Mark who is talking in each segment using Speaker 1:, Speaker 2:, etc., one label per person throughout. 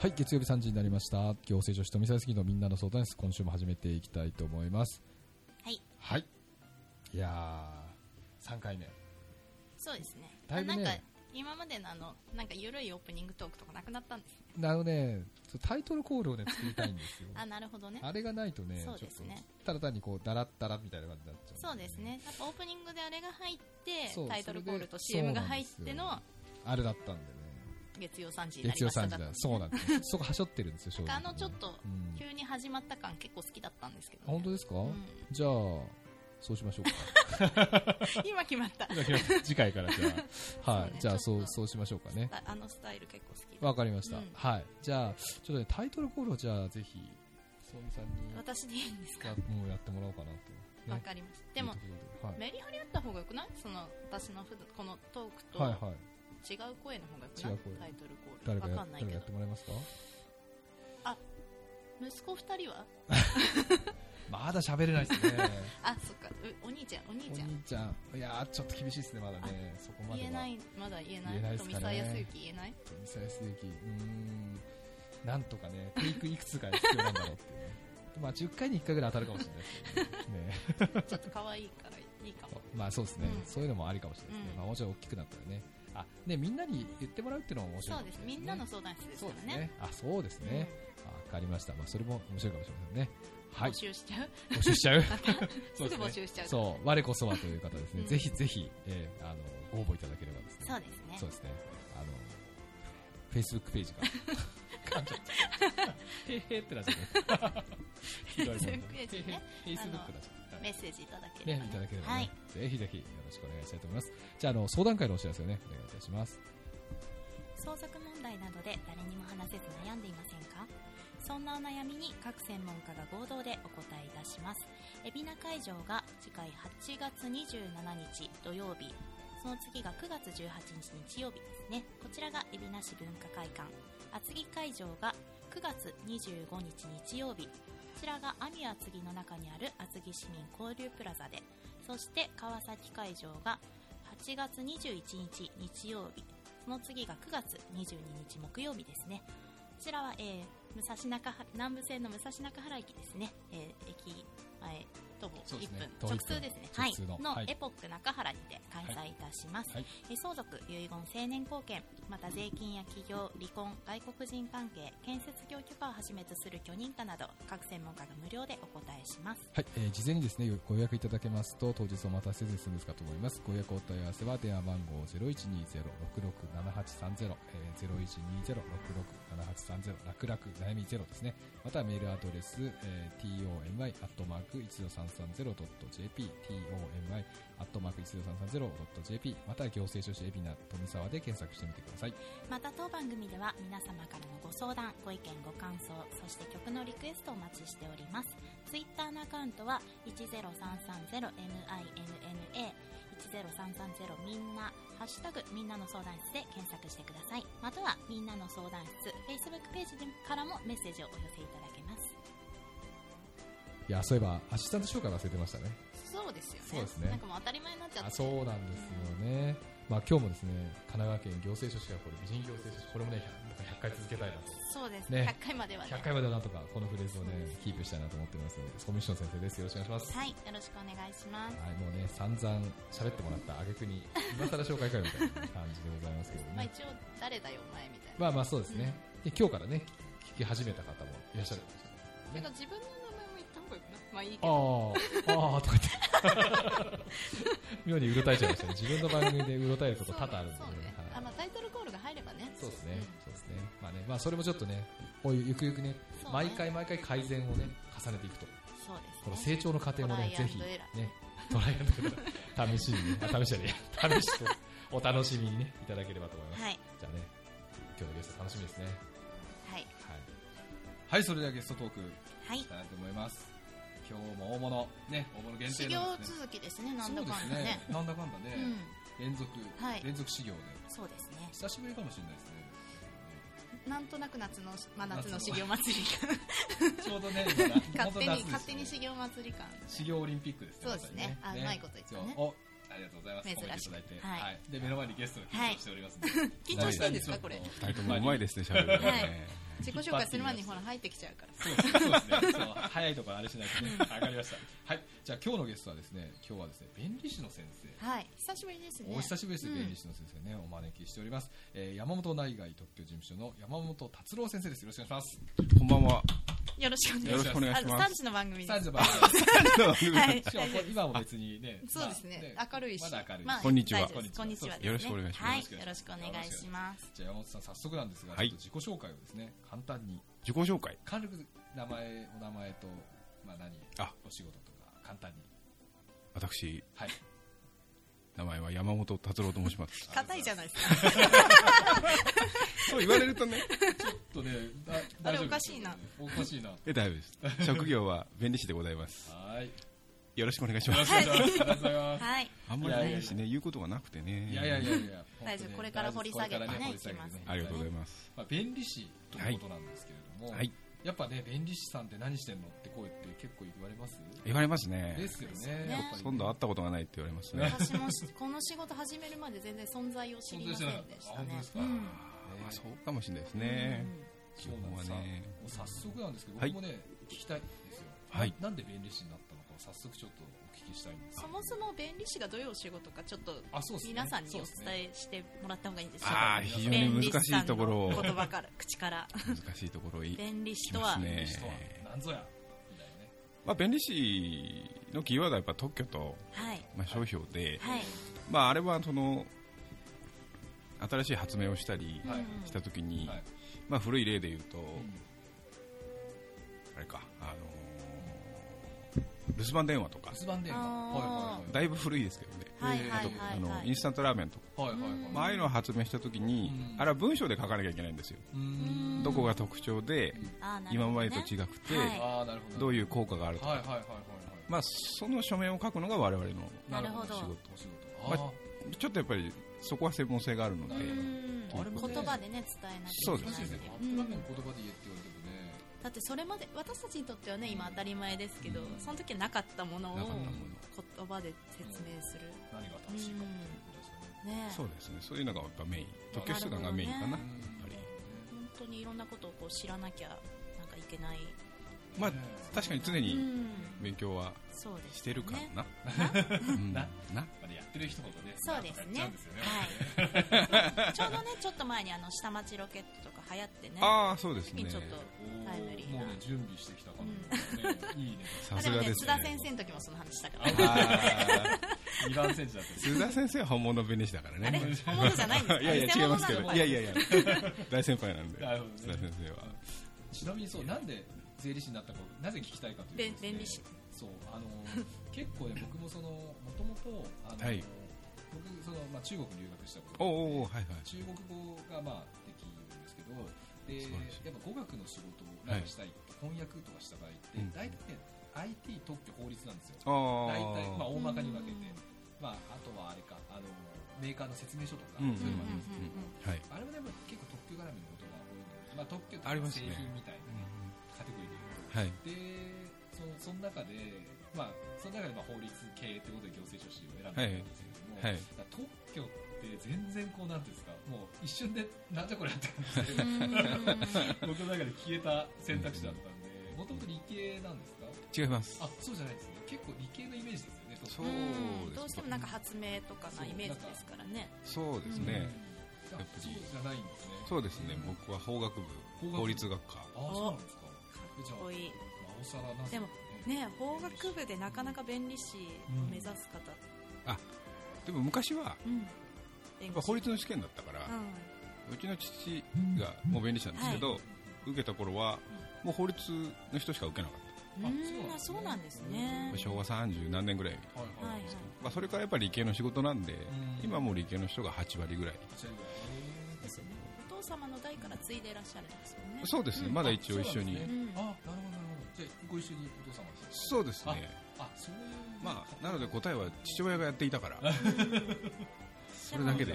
Speaker 1: はい、月曜日3時になりました。行政書士とミサイスキーのみんなの相談です。今週も始めていきたいと思います。
Speaker 2: はい。
Speaker 1: はい。いやー、3回目。
Speaker 2: そうですね。
Speaker 1: だいぶ、ね、
Speaker 2: なんか、今までのあの、なんか緩いオープニングトークとかなくなったんですね。
Speaker 1: なるね、タイトルコールをね、作りたいんですよ。
Speaker 2: あ、なるほどね。
Speaker 1: あれがないとね、
Speaker 2: そうですね。
Speaker 1: ただ単にこう、だらったらみたいな感じになっちゃう、ね、
Speaker 2: そうですね。やっぱオープニングであれが入って、タイトルコールと CM が入っての、
Speaker 1: あれだったんでね。
Speaker 2: 月曜3時
Speaker 1: 月曜3時だ。そうなんです。そこはしょってるんですよ、正
Speaker 2: 直、ね。あのちょっと、急に始まった感結構好きだったんですけど、ね、
Speaker 1: 本当ですか、うん、じゃあ、そうしまし ょ
Speaker 2: うか。 今決まった。
Speaker 1: 次回からじゃあ、 はい、ね、じゃあそうそうしましょうかね。
Speaker 2: あのスタイル結構好き。
Speaker 1: わかりました、うん、はい。じゃあ、ちょっとね、タイトルコールをじゃあぜひ、そうみさんに。
Speaker 2: 私でいいんですか
Speaker 1: もうやってもらおうかな
Speaker 2: と。わ、かりました。でも、はい、メリハリあった方がよくないその、私のふこのトークと。
Speaker 1: はいはい。
Speaker 2: 違う声の方がタイトルコー
Speaker 1: 誰
Speaker 2: ルか
Speaker 1: や誰かやってもらえますか
Speaker 2: あ息子二人は
Speaker 1: まだ喋れないです ね
Speaker 2: あそっかお兄ちゃんお兄ちゃん
Speaker 1: お兄ちゃんいやちょっと厳しいですねまだねそこまで
Speaker 2: 言えないまだ言えない言え富澤康之言えない
Speaker 1: 富澤康之うんなんとかねテイクいくつか必要なんだろうってね まあ10回に1回ぐらい当たるかもしれないですけどね
Speaker 2: ちょっと可愛いからいいかも
Speaker 1: まあそうですね、うん、そういうのもありかもしれないですね、うん、まあ、もうちろん大きくなったらねあ、ね、みんなに言ってもらうっていうのも面白い、
Speaker 2: ね、そうです。みんなの相談室ですからね。
Speaker 1: ねあ、そうですね。わ、うん、かりました。まあ、それも面白いかもしれませんね。はい。
Speaker 2: 募集しちゃう
Speaker 1: 募集しちゃう
Speaker 2: すぐ募集しちゃ う。
Speaker 1: そう、我こそはという方ですね。うん、ぜひぜひ、えー、あの、ご応募いただければですね。
Speaker 2: そうですね。
Speaker 1: そうですね。あの、フェイスブックページから。 噛んじゃへへってなっちゃうね。
Speaker 2: フェイスブックページね。
Speaker 1: フェイスブックだっちゃう。
Speaker 2: メッセージいただければ、
Speaker 1: ね、いただければ、ね、はい、ぜひぜひよろしくお願いしたいと思いますじゃあの相談会のお知らせをねお願いいたします
Speaker 2: 相続問題などで誰にも話せず悩んでいませんかそんなお悩みに各専門家が合同でお答えいたします海老名会場が次回8月27日土曜日その次が9月18日日曜日ですねこちらが海老名市文化会館厚木会場が9月25日日曜日こちらがアニア厚木の中にある厚木市民交流プラザでそして川崎会場が8月21日日曜日その次が9月22日木曜日ですねこちらは、えー、武蔵中南部線の武蔵中原駅ですね、えー、駅前徒歩1分、ね、直通ですねはいの、はい、エポック中原にて開催いたします、はい、え相続遺言成年後見また税金や企業離婚外国人関係建設業許可をはじめとする許認可など各専門家が無料でお答えします
Speaker 1: はい、えー、事前にですねご予約いただけますと当日お待たせずに済むかと思いますご予約お問い合わせは電話番号0120-667830、えー、0120-667830楽々悩みゼロですねまたメールアドレス、えー、tomy.12330.jp tomy.12330.jp また行政書士海老名富沢で検索してみてください
Speaker 2: また当番組では皆様からのご相談ご意見ご感想そして曲のリクエストをお待ちしておりますツイッターのアカウントは 10330minna 10330みんな、ハッシュタグみんなの相談室で検索してください。またはみんなの相談室、Facebook ページからもメッセージをお寄せいただけます。
Speaker 1: いや、そういえば、アシスタント紹介忘れてましたね。
Speaker 2: そうですよね。
Speaker 1: そうですね。
Speaker 2: なんかもう当たり前になっちゃって。
Speaker 1: そうなんですよね。まあ今日もですね、神奈川県行政書士がこれ、美人行政書士、これもね、100, 100回続けたいなと。
Speaker 2: そうですね。100回までは、ね、
Speaker 1: 100回まではなんとか、このフレーズをね、キープしたいなと思ってますので、コミッション先生です。よろしくお願いします。
Speaker 2: はい、
Speaker 1: はい、
Speaker 2: よろしくお願いします。
Speaker 1: もうね、散々喋ってもらった挙句に、今更紹介会みたいな感じでございますけどね。
Speaker 2: まあ一応、誰だよ、お前みたいな。
Speaker 1: まあまあそうですね。うん、で今日からね、聞き始めた方もいらっしゃるかもし
Speaker 2: れない、ね。自分のまあいい
Speaker 1: ああ、ああ、とか言って。 妙にうろたえちゃいましたね。自分の番組でうろたえること多々あるんで、ね。
Speaker 2: ねはい、あ、まあタイトルコールが入ればね。
Speaker 1: そうですね。そうですね。まあね、まあそれもちょっとね、おゆくゆくね、ね毎回毎回改善をね、重ねていくと。
Speaker 2: そうです、ね、
Speaker 1: この成長の過程もね、ぜひ、ね、トライアンド試しにね、試しに、ね、試しと、お楽しみにね、いただければと思います。
Speaker 2: はい、
Speaker 1: じゃあね、今日のゲスト楽しみですね。
Speaker 2: はい。はい。
Speaker 1: はい、それではゲストトーク、
Speaker 2: はい。
Speaker 1: したいと思います。今日も大物ね大物限定
Speaker 2: の、ね、続きですねなんだかんだね、ね、
Speaker 1: なんだかんだね、うん、連続、はい、連続修行で
Speaker 2: そうですね
Speaker 1: 久しぶりかもしれないですね
Speaker 2: なんとなく夏の、まあ、夏の修行祭り
Speaker 1: ちょうど ね、
Speaker 2: 勝手に、勝手に修行祭り感、ね、
Speaker 1: 修行オリンピックですね。
Speaker 2: そうですね。あ、うまいこと言ってね。
Speaker 1: お、ありがとうございます。
Speaker 2: 珍しく。
Speaker 1: はい、はい。 で、目の前にゲストが緊張しております、
Speaker 2: はい、緊張してんですか、これ。
Speaker 3: 二人ともうまいですね、喋るのね。
Speaker 2: はい自己紹介する前にほら入ってきちゃうから
Speaker 1: そうですそうですねそう早いところあれしないとねわかりましたはいじゃあ今日のゲストはですね今日はですね弁理士の先生
Speaker 2: はい久しぶりですね
Speaker 1: お久しぶりです、
Speaker 2: うん
Speaker 1: 弁理士の先生ねお招きしております、えー山本内外特許事務所の山本達郎先生ですよろしくお願いし
Speaker 3: こんばんは。
Speaker 2: よろしくお
Speaker 3: よ
Speaker 2: 願い
Speaker 3: ろ
Speaker 2: し
Speaker 3: しくお願い
Speaker 2: ま
Speaker 3: し
Speaker 2: す
Speaker 3: ま
Speaker 2: あ3
Speaker 3: す。
Speaker 2: 時の番組で
Speaker 1: ます3時
Speaker 2: す
Speaker 1: の番組です
Speaker 2: はい
Speaker 1: しかもこれ今も別にね
Speaker 2: そうです
Speaker 1: まあ
Speaker 2: ね明るいし
Speaker 1: まだ明るいし、
Speaker 2: まあ
Speaker 3: こんにちは
Speaker 2: 大丈夫ですこんにちはですね
Speaker 3: よろしくお願いします
Speaker 4: はい、よろしくお願いします。
Speaker 1: じゃあ山本さん早速なんですが、
Speaker 3: はい
Speaker 1: ちょっと自己紹介をですね簡単に
Speaker 3: 自己紹介。
Speaker 1: 軽く名前お名前とまあ何
Speaker 3: あ
Speaker 1: お仕事とか簡単に
Speaker 3: 私、
Speaker 1: はい
Speaker 3: 名前は山本達郎と申 します。
Speaker 2: 硬いじゃないですか
Speaker 3: そう言われる とね。
Speaker 1: ちょっとねだ
Speaker 2: あ
Speaker 1: 大
Speaker 2: れ
Speaker 1: 丈夫
Speaker 2: おかしいな
Speaker 1: おかしいなは
Speaker 3: え、大丈夫です。職業は弁理士でございま す。
Speaker 1: ーい
Speaker 3: よろしくお願いし
Speaker 1: よ
Speaker 3: ま
Speaker 1: ろし
Speaker 3: す。
Speaker 1: くお願いしますありがとうございます
Speaker 4: はい、
Speaker 3: あんまり弁理士ね、言うことがなくてね。
Speaker 1: いやいやいやいや、
Speaker 4: 大丈夫
Speaker 1: 本当ね
Speaker 4: これから掘り下げてね
Speaker 1: これから掘り下げ
Speaker 4: いきます
Speaker 3: ありがとうございます。
Speaker 1: まあ、便利士ということなんですけれども、
Speaker 3: はい。
Speaker 1: やっぱね、便利士さんって何してんのって声って結構言われます
Speaker 3: 言われます
Speaker 1: で
Speaker 3: ね。
Speaker 1: すよ
Speaker 4: ですよ
Speaker 1: ね
Speaker 4: ね。
Speaker 1: やっぱり
Speaker 3: ほとんど会ったことがないって言われますね。
Speaker 2: 私もしこの仕事始めるまで全然存在を知りませんでした
Speaker 1: 本当
Speaker 2: ね
Speaker 1: ですか
Speaker 2: うん
Speaker 3: あそうかもしれないですね。
Speaker 1: そうなんです
Speaker 3: そうはね
Speaker 1: もう早速なんですけど、
Speaker 3: はい
Speaker 1: 僕もね、聞きたいんですよ。
Speaker 3: はい
Speaker 1: ななんで便利士になったのかを早速ちょっとお聞きしたいんです
Speaker 2: そもそも弁理士がどういうお仕事かちょっと
Speaker 1: あ、そうですね。
Speaker 2: 皆さんにお
Speaker 1: そう
Speaker 2: 伝
Speaker 1: ですね
Speaker 2: えしてもらった方がいいですょう
Speaker 3: ああ、非常に難しいところを、
Speaker 2: 言葉から口から
Speaker 3: 難しいところをい
Speaker 2: 弁理士とは、
Speaker 3: きますね
Speaker 1: 便利士とは何ぞや、みたいなね。
Speaker 3: まあ、弁理士のキーワードはやっぱ特許と、
Speaker 4: はい、
Speaker 3: まあ、商標で、
Speaker 4: はい、
Speaker 3: まあ、あれはその新しい発明をしたり
Speaker 1: はい
Speaker 4: うん
Speaker 3: したときに、
Speaker 1: はい
Speaker 3: まあ、古い例で言うと、
Speaker 1: うん
Speaker 3: あれか、あのー留守番電話とか
Speaker 1: 留、守番電話。
Speaker 4: あー
Speaker 1: はいはいはい。
Speaker 3: だいぶ古いですけどね、
Speaker 4: はい、はい、
Speaker 1: あと
Speaker 3: あ
Speaker 4: はい、は
Speaker 3: のイ
Speaker 4: い
Speaker 3: ン。スタントラーメンとか、
Speaker 1: はいはいはい。
Speaker 4: うん
Speaker 3: まあああいうのを発明したときに、
Speaker 1: うん
Speaker 3: あれは文章で書かなきゃいけないんですよ、
Speaker 1: うーん
Speaker 3: どこが特徴で、
Speaker 4: あーなる
Speaker 3: 今
Speaker 4: ほど
Speaker 3: ま
Speaker 4: ね
Speaker 3: でと違くて、
Speaker 4: はい
Speaker 1: ああ、なるほど。
Speaker 3: どう
Speaker 1: いう。
Speaker 3: いう効果があるとか、
Speaker 1: はいはいはいはい
Speaker 3: まあ、その書面を書くのが我々の、
Speaker 1: はい。
Speaker 4: なるほど
Speaker 1: 仕事、お仕事。あー
Speaker 3: ちょっとやっぱりそこは専門性があるので
Speaker 1: なるほど。あれもね
Speaker 4: 言葉でね伝えなきゃいけ
Speaker 1: 難
Speaker 4: な
Speaker 1: しい
Speaker 4: い
Speaker 1: で
Speaker 4: って
Speaker 1: す
Speaker 4: い
Speaker 1: ね
Speaker 4: う、
Speaker 1: カップラーメン言葉で言えって言われてもね、
Speaker 2: だってそれまで私たちにとってはね今当たり前ですけど
Speaker 1: うん
Speaker 2: その時はなかったものを
Speaker 3: なかったもの
Speaker 2: 言葉で説明する、
Speaker 1: 何が正しいかっていうことですよね。
Speaker 2: ねえ
Speaker 3: そうですね、そういうのがやっぱメイン、特許出願がメインかな
Speaker 2: う。
Speaker 1: やっぱり。
Speaker 2: 本当にいろんなことをこう知らなきゃなんかいけない、
Speaker 3: まあ
Speaker 1: ね、
Speaker 3: 確かに常
Speaker 2: う
Speaker 3: に
Speaker 2: ん、
Speaker 3: 勉強は
Speaker 2: そうです、ね、
Speaker 3: してるか
Speaker 2: ね
Speaker 3: な。うん
Speaker 1: な
Speaker 3: な、
Speaker 1: まあやってる人ほどね、
Speaker 2: そうですね
Speaker 1: なんとかやっちゃうんですよね。
Speaker 2: はい、ちょうどねちょっと前にあの下町ロケットとか流行ってね
Speaker 3: ああ、そうです
Speaker 2: 最近
Speaker 3: ね
Speaker 2: ち。ょっと
Speaker 1: おー
Speaker 2: タイムリーな
Speaker 1: もうね、準備してきた感じがね、いいね。
Speaker 2: あ
Speaker 3: さ
Speaker 2: ですも
Speaker 3: が
Speaker 2: ね
Speaker 3: です
Speaker 2: 津田
Speaker 3: ね
Speaker 2: 先。生の時もその話したから
Speaker 1: あ
Speaker 3: あ
Speaker 1: 二番センチだった
Speaker 3: ー津田先生は本物弁理士だから
Speaker 2: あれ
Speaker 3: ね。
Speaker 2: 本物じゃないんですか
Speaker 3: いやいや、
Speaker 2: 偽
Speaker 3: 違い
Speaker 2: 物
Speaker 3: ますけ
Speaker 2: なの
Speaker 3: ど。
Speaker 2: か
Speaker 3: いやいやいや、大先輩 なんで
Speaker 1: なるほどね、
Speaker 3: 津田先生は。
Speaker 1: ちなみにそう、なんで税理士になったか、なぜ聞きたいかというとですね。
Speaker 2: べ弁理士
Speaker 1: そう、あの、結構ね、僕もその、もともと、あの
Speaker 3: はい、
Speaker 1: 僕、その、まあ、中国に留学したことがあって
Speaker 3: おうおうおうはいはい。
Speaker 1: 中国語がまあできるんですけど、で
Speaker 3: 素晴らしい
Speaker 1: やっぱ語学の仕事を
Speaker 3: はい
Speaker 1: したい、翻訳とかした場合って、
Speaker 3: うん
Speaker 1: 大体ね IT 特許法律なんですよ、
Speaker 3: ああ
Speaker 1: 大体、まあ、
Speaker 3: ー。
Speaker 1: 大まかに分けて
Speaker 2: うん、
Speaker 1: まあ、あとはあれかあの、メーカーの説明書とか、
Speaker 3: うんうん
Speaker 1: そういうのもあり
Speaker 2: うんうんうん
Speaker 3: はい。
Speaker 1: ますあれもでも結構特許絡みのことが多いので、まあ、特許とか
Speaker 3: あります
Speaker 1: 製
Speaker 3: ね
Speaker 1: 品みたいなカテゴリーで言うと
Speaker 3: は
Speaker 1: で
Speaker 3: い。
Speaker 1: そのその中で、まあ、その中でまあ法律系ってことで行政書士を選んだんですけれども、
Speaker 3: はいはい
Speaker 1: だから特許って全然こうなんていうんですかもう一瞬でなんじゃこれって感 じで
Speaker 2: う
Speaker 1: 僕の中で消えた選択肢だったんでもともと理系なんですか
Speaker 3: 違います。
Speaker 1: あそうじゃないですね結構理系のイメージですよね
Speaker 3: そ
Speaker 1: 特許
Speaker 3: うです
Speaker 2: んうんどうしてもなんか発明とかなイメージですからね
Speaker 3: そうです
Speaker 1: うん
Speaker 3: ね。
Speaker 1: あ
Speaker 3: やっぱり
Speaker 1: そうじゃないんですね
Speaker 3: そうですね。僕は法学
Speaker 1: 法
Speaker 3: 部、
Speaker 1: 学部
Speaker 3: 法律学科。
Speaker 1: あそうなんですかえじゃ
Speaker 2: かっこいい
Speaker 1: あなおさらなんす
Speaker 2: でもね法学部でなかな
Speaker 1: か
Speaker 2: か弁理士を目指す方、
Speaker 3: でも昔は、
Speaker 2: うん、
Speaker 3: や
Speaker 2: 弁
Speaker 3: っぱ
Speaker 2: 護士
Speaker 3: 法律の試験だったから、
Speaker 2: う
Speaker 3: うちの父がもう弁理士なんですけど、受けた頃はもう法律の人しか受けなかっ
Speaker 2: ん、うーん
Speaker 1: あ
Speaker 2: あ
Speaker 1: そ
Speaker 2: そうう
Speaker 1: な
Speaker 2: なんん
Speaker 1: で
Speaker 2: ですす
Speaker 1: ね
Speaker 3: た、
Speaker 2: ね。
Speaker 3: 昭和30何年ぐらい、
Speaker 1: はい
Speaker 2: はい
Speaker 1: は
Speaker 2: はいい。
Speaker 3: まあ、それからやっぱり理系の仕事なんで、
Speaker 1: うん
Speaker 3: 今はもう理系の人が8割ぐらい、
Speaker 1: それぐらい
Speaker 2: ですよね。お父様の代から継いでいらっしゃるんですよね。
Speaker 3: そうですね、
Speaker 2: うん
Speaker 3: まだ一応一緒に
Speaker 1: そうなんですね
Speaker 2: うん
Speaker 1: あ、なるほど、なるほど。じゃあ、ご一緒にお父様です。
Speaker 3: そうですね
Speaker 1: あ、そういう。
Speaker 3: まあなので答えは父親がやっていたからそれだけで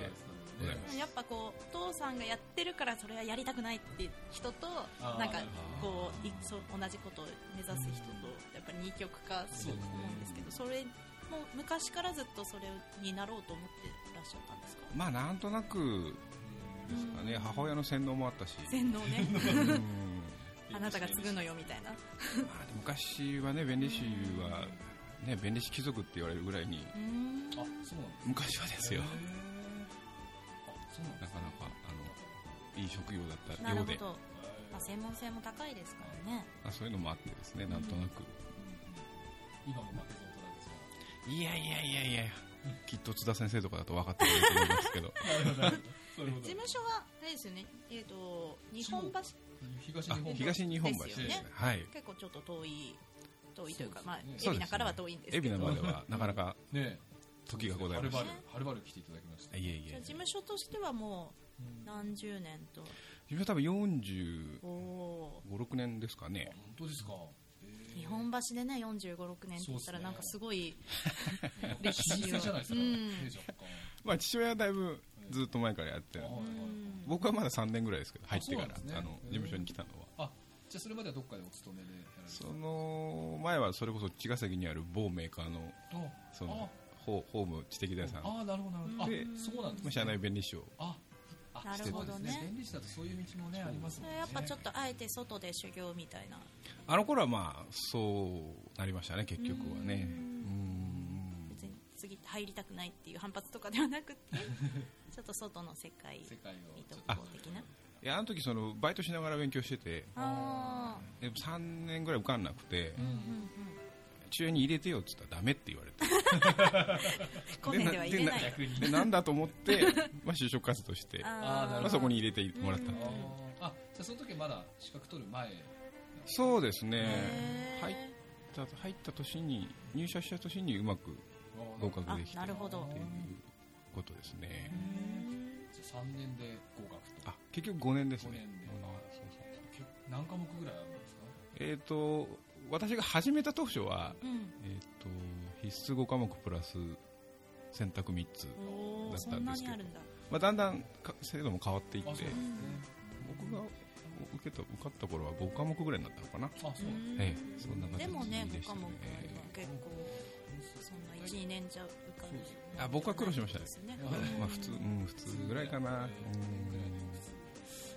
Speaker 3: ございま
Speaker 2: うんやっぱこうお父さんがやってるからそれはやりたくないっていう人と
Speaker 1: あー
Speaker 2: なんか
Speaker 1: なる
Speaker 2: こういそう同じことを目指す人とやっぱり二極化すると思うんですけどそれも昔からずっとそれになろうと思ってらっしゃったんですか
Speaker 3: まあなんとなくですかね、母親の洗脳もあったし、
Speaker 2: 洗脳ね
Speaker 3: うん
Speaker 2: あなたが継ぐのよみたいな
Speaker 3: まあでも昔はね、弁理士は、ね、弁理士貴族って言われるぐらいに、
Speaker 2: うん
Speaker 1: あ、そうなんで
Speaker 3: 昔はですすよ
Speaker 1: へー、あ、そうなん
Speaker 3: な
Speaker 1: です
Speaker 3: かなかあのいい職業だった
Speaker 4: なる
Speaker 3: よ
Speaker 4: ほ
Speaker 3: うで
Speaker 4: ど、まあ、専門性も高いですからね
Speaker 3: あ、そういうのもあってですね、なんとなく、
Speaker 1: 今も負けず劣らず
Speaker 3: いやいやいやいや、きっと津田先生とかだと分かってくれると思いますけど、
Speaker 1: そういうこ
Speaker 2: 事務所はあれですよねえっ、と日本橋
Speaker 1: 東日
Speaker 3: あ
Speaker 1: 本橋
Speaker 3: 東日本橋で
Speaker 2: ですす
Speaker 3: ね
Speaker 2: よね、
Speaker 3: はい、
Speaker 2: 結構ちょっと遠い遠いという
Speaker 1: そうです
Speaker 2: か
Speaker 1: ね
Speaker 2: まあ
Speaker 1: そうです
Speaker 3: ね
Speaker 2: 海老名からは遠いんですけ
Speaker 3: 海
Speaker 2: ど
Speaker 3: 老名まではなかなか
Speaker 1: ね
Speaker 3: 時がござ
Speaker 1: はいる
Speaker 3: ま
Speaker 1: ば
Speaker 3: し
Speaker 1: るはるばる来ていただきました
Speaker 3: た。いえい
Speaker 2: じゃあ
Speaker 3: え
Speaker 2: 事、務所としてはも
Speaker 1: うん
Speaker 2: う何十年と
Speaker 3: 自分は多分45、
Speaker 2: おお
Speaker 3: 6年ですかね
Speaker 1: あ、本当ですか
Speaker 2: ー日本橋でね4 5 6年って言ったらなんかすごい歴史
Speaker 1: じゃない
Speaker 2: を
Speaker 1: ですか、
Speaker 2: うん
Speaker 1: ね若干
Speaker 3: まあ、父親はだいぶずっと前からやってる
Speaker 1: はい
Speaker 2: うん
Speaker 3: 僕はまだ3年ぐらいですけど入ってから
Speaker 1: そうなんですね
Speaker 3: あの事務所に来たのは
Speaker 1: あじゃあそれまではどっかでお勤めでやられて
Speaker 3: そ
Speaker 1: た
Speaker 3: の前はそれこそ茅ヶ崎にある某メーカーの
Speaker 1: あ
Speaker 3: そのホホーム知的財産
Speaker 1: ああなるほどなるほどあ
Speaker 3: で
Speaker 1: そうなんです
Speaker 3: まあ
Speaker 1: ね
Speaker 3: 社内弁理士を
Speaker 1: ああ
Speaker 2: なる
Speaker 3: ほ
Speaker 2: ど
Speaker 1: そ
Speaker 2: ね
Speaker 1: うです便利士だとそういう道もねあります
Speaker 2: そ
Speaker 1: もん
Speaker 2: れ
Speaker 1: ね
Speaker 2: はやっぱちょっとあえて外で修行みたいな
Speaker 3: あの頃はまあそうなりましたね結局はね
Speaker 2: う
Speaker 3: うん
Speaker 2: 別に次入りたくないっていう反発とかではなくてちょっと外の世界
Speaker 1: 世界を
Speaker 2: に
Speaker 1: ちょ
Speaker 2: 特
Speaker 1: っと
Speaker 2: 攻的ない
Speaker 3: やあの時そのバイトしながら勉強してて
Speaker 2: あ
Speaker 3: で3年ぐらい受かんなくて
Speaker 1: うん
Speaker 2: あー、うんうん、
Speaker 3: 父親に入れてよって言ったらダメって言われて
Speaker 2: こねては入れない
Speaker 1: 逆に
Speaker 3: でなんだと思ってまあ就職活動して
Speaker 1: あーなるほ
Speaker 3: ま
Speaker 1: ど
Speaker 3: あそこに入れてもらった
Speaker 1: あーあじゃあその時まだ資格取る前
Speaker 3: そうですね
Speaker 2: へー
Speaker 3: 入った入った年に入社した年にうまく合格できた
Speaker 2: あなるほど
Speaker 3: っていうことですね
Speaker 1: じゃあ3年で合格と
Speaker 3: あ結局5年です
Speaker 1: 5
Speaker 3: ね
Speaker 1: 年でけ何科目ぐらいあるんですか
Speaker 3: えっ、と私が始めた当初は、
Speaker 2: うん
Speaker 3: えっと必須5科目プラス選択3つ、
Speaker 2: おー
Speaker 3: だ
Speaker 2: そ
Speaker 3: ったん
Speaker 2: ん
Speaker 3: で
Speaker 2: な
Speaker 3: すけど
Speaker 2: にあるんだ
Speaker 3: まあ、だんだんか制度も変わっていって
Speaker 1: あそうなんですね
Speaker 3: 僕が受けた受かった頃は5科目ぐらいになったのかな、
Speaker 1: あそうなんですね
Speaker 3: ええそんな感じ
Speaker 2: でもね
Speaker 3: で
Speaker 2: 5
Speaker 3: した
Speaker 2: 科
Speaker 3: ね
Speaker 2: 目はね結構そんな12年じゃ受かる
Speaker 3: あ僕は苦労しましたね
Speaker 2: ですね
Speaker 1: あ
Speaker 3: まあ普通、うん、普通ぐらいかな、うん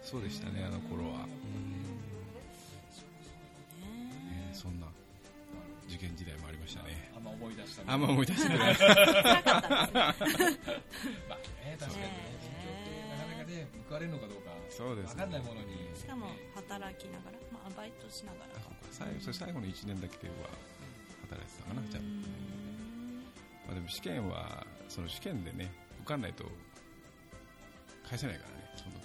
Speaker 3: そうでしたねあの頃は、うんえーそんな受験時代もありましたね
Speaker 1: あんま思い出した
Speaker 3: あんま思い出して ない
Speaker 2: 辛かったですね
Speaker 1: まあね確かにね勉強ってなかなかね報われるのかどうか
Speaker 3: そうですね
Speaker 1: 分かんないものに
Speaker 2: しかも働きながら、まあ、バイトしながら
Speaker 3: あ最後それ最後の1年だけは働いてたかなじゃあ、まあ、でも試験はその試験でね受かんないと返せないからねその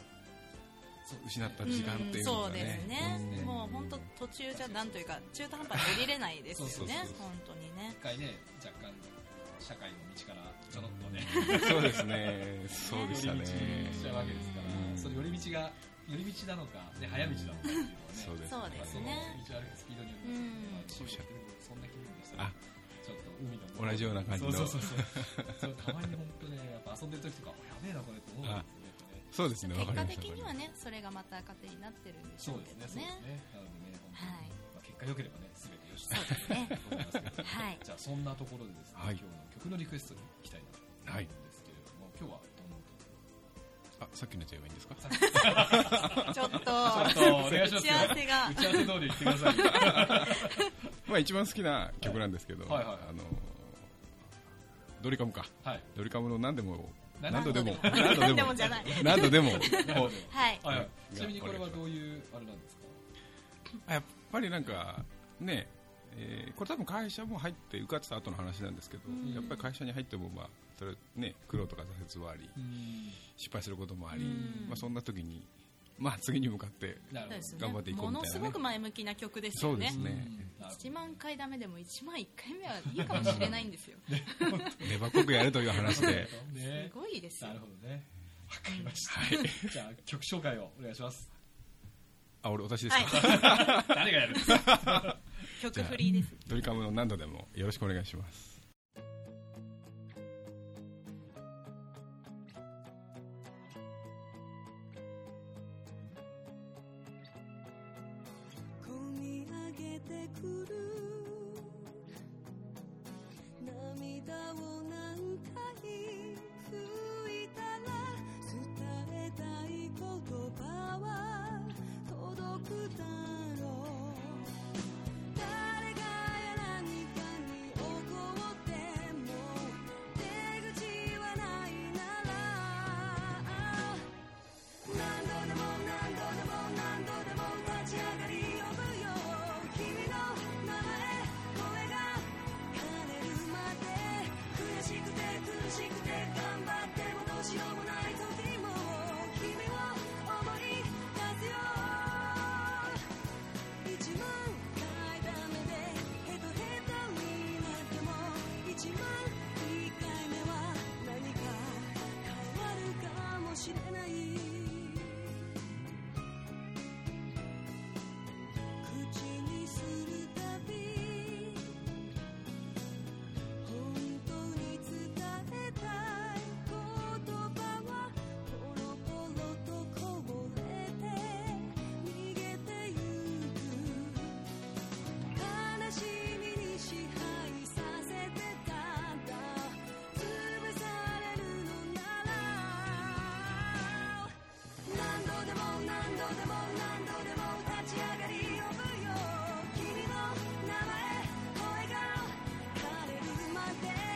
Speaker 1: そう
Speaker 3: 失った時間っていうの
Speaker 2: そ
Speaker 3: が
Speaker 2: う
Speaker 3: ね、
Speaker 2: ですね、
Speaker 3: ん
Speaker 2: もう本当途中じゃなんというか中途半端に降りれないですよね
Speaker 1: そうそうそうそう
Speaker 2: 本当にね
Speaker 1: 一回ね若干社会の道からちょろっとね
Speaker 3: そうですねそうでしたね
Speaker 1: 寄り道しちゃうわけですか
Speaker 3: うん
Speaker 1: らその寄り道が寄り道なのかね早道なのかっていうのはね
Speaker 3: そうです
Speaker 2: そうですね
Speaker 1: 道を歩くスピードによって、まあ中国ってそんな気分でしたね
Speaker 3: あ
Speaker 1: ちょっと海の
Speaker 3: 同じような感じの
Speaker 1: そうそうそうそうそうたまに本当ねやっぱ遊んでる時とかやべえなこれって思うんで
Speaker 3: そうですねわか
Speaker 2: 結
Speaker 3: り
Speaker 2: 果的に
Speaker 3: ました
Speaker 2: はねそれがまた糧になってるんでし
Speaker 1: す
Speaker 2: ょ
Speaker 1: よ
Speaker 2: う
Speaker 1: ね
Speaker 2: け
Speaker 1: そうです
Speaker 2: ど
Speaker 1: ねそうですねな
Speaker 2: ね
Speaker 1: のでね本
Speaker 2: はい
Speaker 1: 当に、まあ、結果良ければね全てよし
Speaker 2: そうですね
Speaker 1: と思いますけど
Speaker 2: はい
Speaker 1: じゃあそんなところでですね、
Speaker 3: はい
Speaker 1: 今日の曲のリクエストに行きたいなと思うん
Speaker 3: はい
Speaker 1: ですけれども、今日はどんな曲
Speaker 3: あさっきのやつ言えばいいんですか
Speaker 2: ち ょっと
Speaker 1: ちょっとお願いし
Speaker 2: 打
Speaker 1: ます
Speaker 2: ち
Speaker 1: よ
Speaker 2: 合わせが
Speaker 1: 打ち合わせ通り言ってください
Speaker 3: まあ一番好きな曲なんですけど、
Speaker 1: はいはいはい
Speaker 3: あのドリカムか
Speaker 1: はい
Speaker 3: ドリカムの何でも
Speaker 1: 何
Speaker 3: 何度でも
Speaker 2: 何 度でもじゃない
Speaker 3: 何度でも
Speaker 1: はい
Speaker 2: はい
Speaker 1: はい
Speaker 3: はい
Speaker 1: ちなみにこれはどういうあれなんですか
Speaker 3: あやっぱりなんかねえーこれ多分会社も入って受かってた後の話なんですけど、
Speaker 2: ん
Speaker 3: やっぱり会社に入ってもまあそれね苦労とか挫折はあり
Speaker 1: うん
Speaker 3: 失敗することもあり、
Speaker 2: うん
Speaker 3: まあ、そんな時にまあ次に向かって
Speaker 1: なる
Speaker 2: そうですね
Speaker 3: 頑張っていこう
Speaker 2: も
Speaker 3: みたいなね
Speaker 2: のすごく前向きな曲です
Speaker 3: そ
Speaker 2: よ
Speaker 3: うで
Speaker 2: ね
Speaker 3: すね
Speaker 2: 1万回ダメでも1万1回目はいいかもしれない んですよす
Speaker 3: 粘っこくやるという話で
Speaker 1: ね
Speaker 2: ごいですよ
Speaker 1: なるほどねわかりまし
Speaker 3: はい
Speaker 1: た じゃあ曲紹介をお願いします
Speaker 3: あ俺私です
Speaker 2: は
Speaker 3: か、
Speaker 2: い
Speaker 1: 誰がやるんですか
Speaker 2: 曲フリーです
Speaker 3: ドリカムの何度でもよろしくお願いします
Speaker 5: 込み上げてくる涙を何回拭いたら伝えたいいある気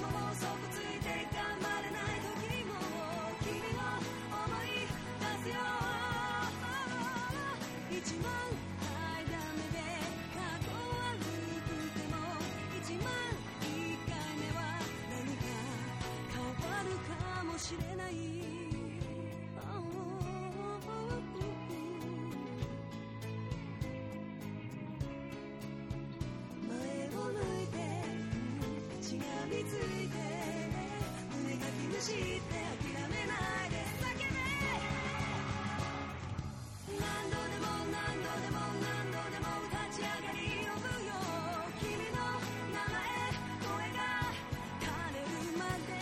Speaker 5: ももうそこついて頑張れない時も君を思い出すよ一万回ダメで過去悪くても一万一回目は何か変わるかもしれない Oh. 前を向いてしがみついて胸が気にして諦めないで叫べ何度でも何度でも何度でも立ち上がり呼ぶよ君の名前声が枯れるまで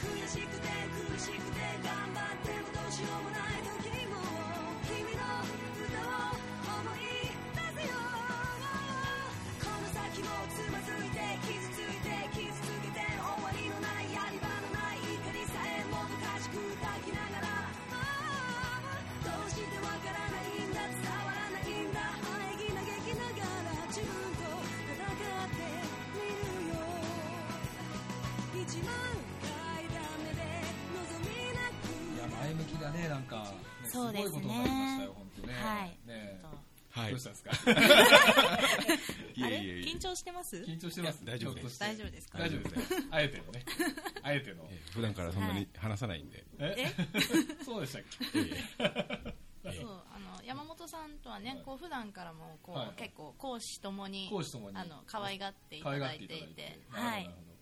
Speaker 5: 悔しくて苦しくて頑張ってもどうしようもない時も君の歌を思い出すよこの先もつまずいて傷ついて傷つけて終わりのないやり場のない怒りさえもどかしく抱きながらああどうしてわからないんだ伝わらないんだあえぎ嘆きながら自分と戦ってみるよ一万回ダメで望みなく
Speaker 1: いや、前向きだね、なんか。ね
Speaker 4: そうですね
Speaker 1: ごいことになりましたよ、本当ね。
Speaker 4: はい
Speaker 1: ね
Speaker 4: と
Speaker 3: は
Speaker 1: ど
Speaker 3: いう
Speaker 1: したんですか
Speaker 3: い
Speaker 2: あ
Speaker 3: え
Speaker 2: れ
Speaker 3: いえいえ
Speaker 2: 緊張してます
Speaker 1: 緊張してます
Speaker 3: いや大丈夫で
Speaker 1: ひょっ
Speaker 3: す
Speaker 1: として
Speaker 2: 大丈夫ですか
Speaker 1: 大丈夫ですね。あえての ね。あえての
Speaker 3: え。え普段からそんなに話さないんで、
Speaker 1: え
Speaker 2: え
Speaker 1: そうでしたっけ
Speaker 3: い えいえ
Speaker 2: そうあの山本さんとはねこう普段からもこう、
Speaker 1: はい
Speaker 2: 結構講師ともに
Speaker 1: 講師ともに
Speaker 2: あの可愛がってい
Speaker 1: 可
Speaker 2: た
Speaker 1: 愛が
Speaker 2: だ
Speaker 1: っ
Speaker 2: い
Speaker 1: て
Speaker 2: て
Speaker 1: い
Speaker 2: い
Speaker 1: た
Speaker 2: て
Speaker 1: だいて。
Speaker 4: はい
Speaker 1: なるほどなる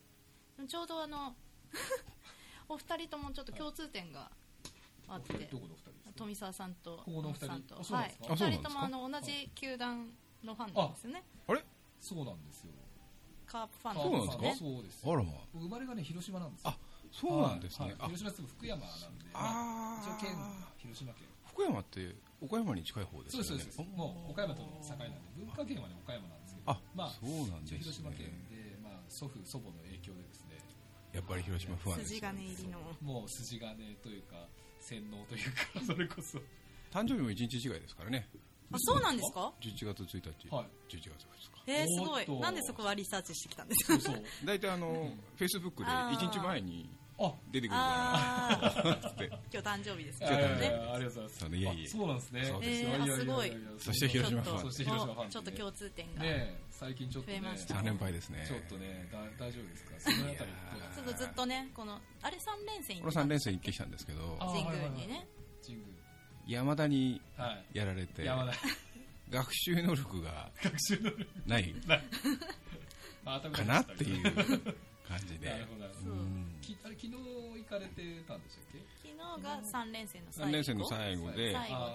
Speaker 1: ほど
Speaker 2: ちょうどあの お二人ともちょっと共通点があって、
Speaker 1: お二人どこのお二人ですか
Speaker 2: 富澤さんと
Speaker 1: ここのお二人
Speaker 2: さんと
Speaker 1: あそう
Speaker 2: は
Speaker 1: なんで
Speaker 2: い
Speaker 1: すか
Speaker 2: お
Speaker 3: あそう
Speaker 2: 二人
Speaker 3: なんですか
Speaker 2: ともあの同じ球団のファンなんですよね
Speaker 3: あれ
Speaker 1: そうなんですよ。
Speaker 2: カープファン
Speaker 3: そ
Speaker 2: な
Speaker 3: うんな
Speaker 2: で
Speaker 3: ん
Speaker 2: す
Speaker 3: で
Speaker 2: よね
Speaker 3: すか
Speaker 1: そうです
Speaker 3: あ
Speaker 1: よ。
Speaker 3: らま
Speaker 1: 僕生まれがね、広島なんですよ
Speaker 3: あ。そうなんです
Speaker 1: は
Speaker 3: ね
Speaker 1: い、
Speaker 3: あ
Speaker 1: 広島すぐ福山なんで。
Speaker 3: あ
Speaker 1: 一応
Speaker 3: ー
Speaker 1: 県、広島県。
Speaker 3: 福山って岡山に近い方です
Speaker 1: そう
Speaker 3: よ
Speaker 1: で
Speaker 3: ね
Speaker 1: すそうです。もう岡山との境なんで、文化圏はね、岡山なんですけど。
Speaker 3: あ、
Speaker 1: まあ、
Speaker 3: そうなん
Speaker 1: 一
Speaker 3: です
Speaker 1: 応
Speaker 3: ね
Speaker 1: 広島県で、まあ、祖父、祖母の影響でですね、
Speaker 3: やっぱり広島不安です、
Speaker 2: 筋金入りの
Speaker 1: もう筋金というか、洗脳というか、 それこそ。
Speaker 3: 誕生日も1日違いですからね
Speaker 2: あそうなんですか
Speaker 3: 11月1日、
Speaker 1: はい
Speaker 3: 11月2
Speaker 2: えー、す
Speaker 1: お
Speaker 2: ご
Speaker 1: ーっと
Speaker 2: いなんでそこはリサーチしてきたんですか
Speaker 1: そうそう。
Speaker 3: 日大体あのフェイスブックで
Speaker 2: あー
Speaker 3: 1日前に
Speaker 1: あ、
Speaker 3: 出てくるか
Speaker 2: ああ
Speaker 3: らっつって
Speaker 2: 今日誕生日です
Speaker 1: い
Speaker 2: か
Speaker 1: や
Speaker 2: ら
Speaker 1: いやい
Speaker 2: ね
Speaker 1: やありがとうございます。
Speaker 3: あのいえいえ
Speaker 1: あそうなんですね。
Speaker 3: そう
Speaker 2: ですよ
Speaker 1: いやいや
Speaker 2: えーあすごい
Speaker 1: やや
Speaker 3: そして広島ファ
Speaker 1: ちょ
Speaker 3: ン
Speaker 1: っとそして広島ファン
Speaker 2: ちょっと共通点が、
Speaker 1: ねえ最近ちょっとね
Speaker 2: 増えました
Speaker 3: 3連敗ですね
Speaker 1: ちょっとねだ大丈夫ですかそのあたりどうです
Speaker 2: ちょっとずっとねこのあれ3連戦行っ
Speaker 3: この
Speaker 2: てた
Speaker 3: 3連戦行ってきたんですけど
Speaker 1: あ
Speaker 2: 神
Speaker 1: はいは
Speaker 2: 宮
Speaker 1: いはい
Speaker 2: にね
Speaker 1: 神
Speaker 3: 山田に
Speaker 1: 宮はい
Speaker 3: やられて
Speaker 1: 山田
Speaker 3: 学習能力が
Speaker 1: 学習能力
Speaker 3: ない
Speaker 1: あ頭
Speaker 3: か
Speaker 1: が
Speaker 3: な
Speaker 1: 良
Speaker 3: っ
Speaker 1: く
Speaker 3: ていう感じ
Speaker 1: なるほ
Speaker 3: で
Speaker 1: どなるほ
Speaker 2: そ
Speaker 1: ど
Speaker 2: う
Speaker 3: うん
Speaker 1: きあれ昨日行かれてたんでしたっけ
Speaker 2: 昨日が3連戦の最後
Speaker 3: 3連戦の最後で
Speaker 2: 最後で
Speaker 1: あ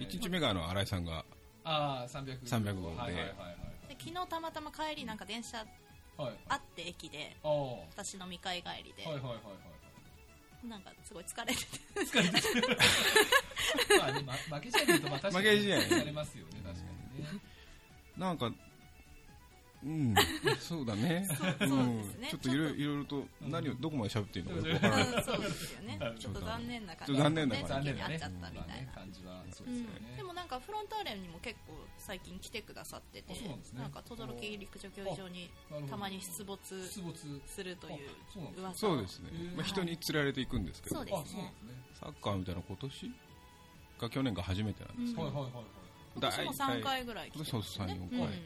Speaker 1: ー
Speaker 3: 1日目があの新井さんが
Speaker 1: ああ300
Speaker 3: 300号で
Speaker 1: はいはいはいはい
Speaker 2: で昨日たまたま帰りなんか電車
Speaker 1: はい
Speaker 2: あって駅で
Speaker 1: あーは
Speaker 2: 私飲み会帰りで、
Speaker 1: いはいはいはい
Speaker 2: なんかすごい疲れてて
Speaker 1: まあねま負け試合で言うとまあ確かに
Speaker 3: 負け試合
Speaker 1: 疲れますよね確かにね
Speaker 3: なんかうん そうだね
Speaker 2: そうそうですね
Speaker 3: んちょっといろいろいろと
Speaker 1: うん
Speaker 3: 何をどこまで喋っていいのか
Speaker 2: う
Speaker 3: よくわか
Speaker 2: ん
Speaker 3: らない
Speaker 2: そうですよねちょっと残念な感じ
Speaker 3: ちょっと残念な
Speaker 2: ね
Speaker 3: 感
Speaker 1: 残
Speaker 3: じ
Speaker 1: 念
Speaker 2: 時に
Speaker 1: だ
Speaker 2: 会
Speaker 1: ね
Speaker 2: っちゃったみ
Speaker 1: まあ
Speaker 2: たい
Speaker 1: ね
Speaker 2: な、
Speaker 1: 感じはそう
Speaker 2: う
Speaker 1: ですよね
Speaker 2: ん、でもなんかフロンターレにも結構最近来てくださってて
Speaker 1: あそうなんですね
Speaker 2: なんか轟陸上競技場に
Speaker 1: なるほど
Speaker 2: たまに出没
Speaker 1: 出没
Speaker 2: するという噂を
Speaker 3: そうですね
Speaker 1: へー、
Speaker 3: まあ、人に連れられていくんですけど
Speaker 2: そうです
Speaker 1: あ
Speaker 2: ね
Speaker 1: そうなんですね
Speaker 3: サッカーみたいな今年が去年が初めてなんですけ
Speaker 1: はい
Speaker 3: ど、
Speaker 1: はいはいは
Speaker 2: 今年も3回ぐらい来て
Speaker 3: 今
Speaker 2: ま
Speaker 3: 年
Speaker 2: すよ
Speaker 3: は
Speaker 2: ねう
Speaker 3: 3、4
Speaker 2: ん
Speaker 3: 回、
Speaker 1: い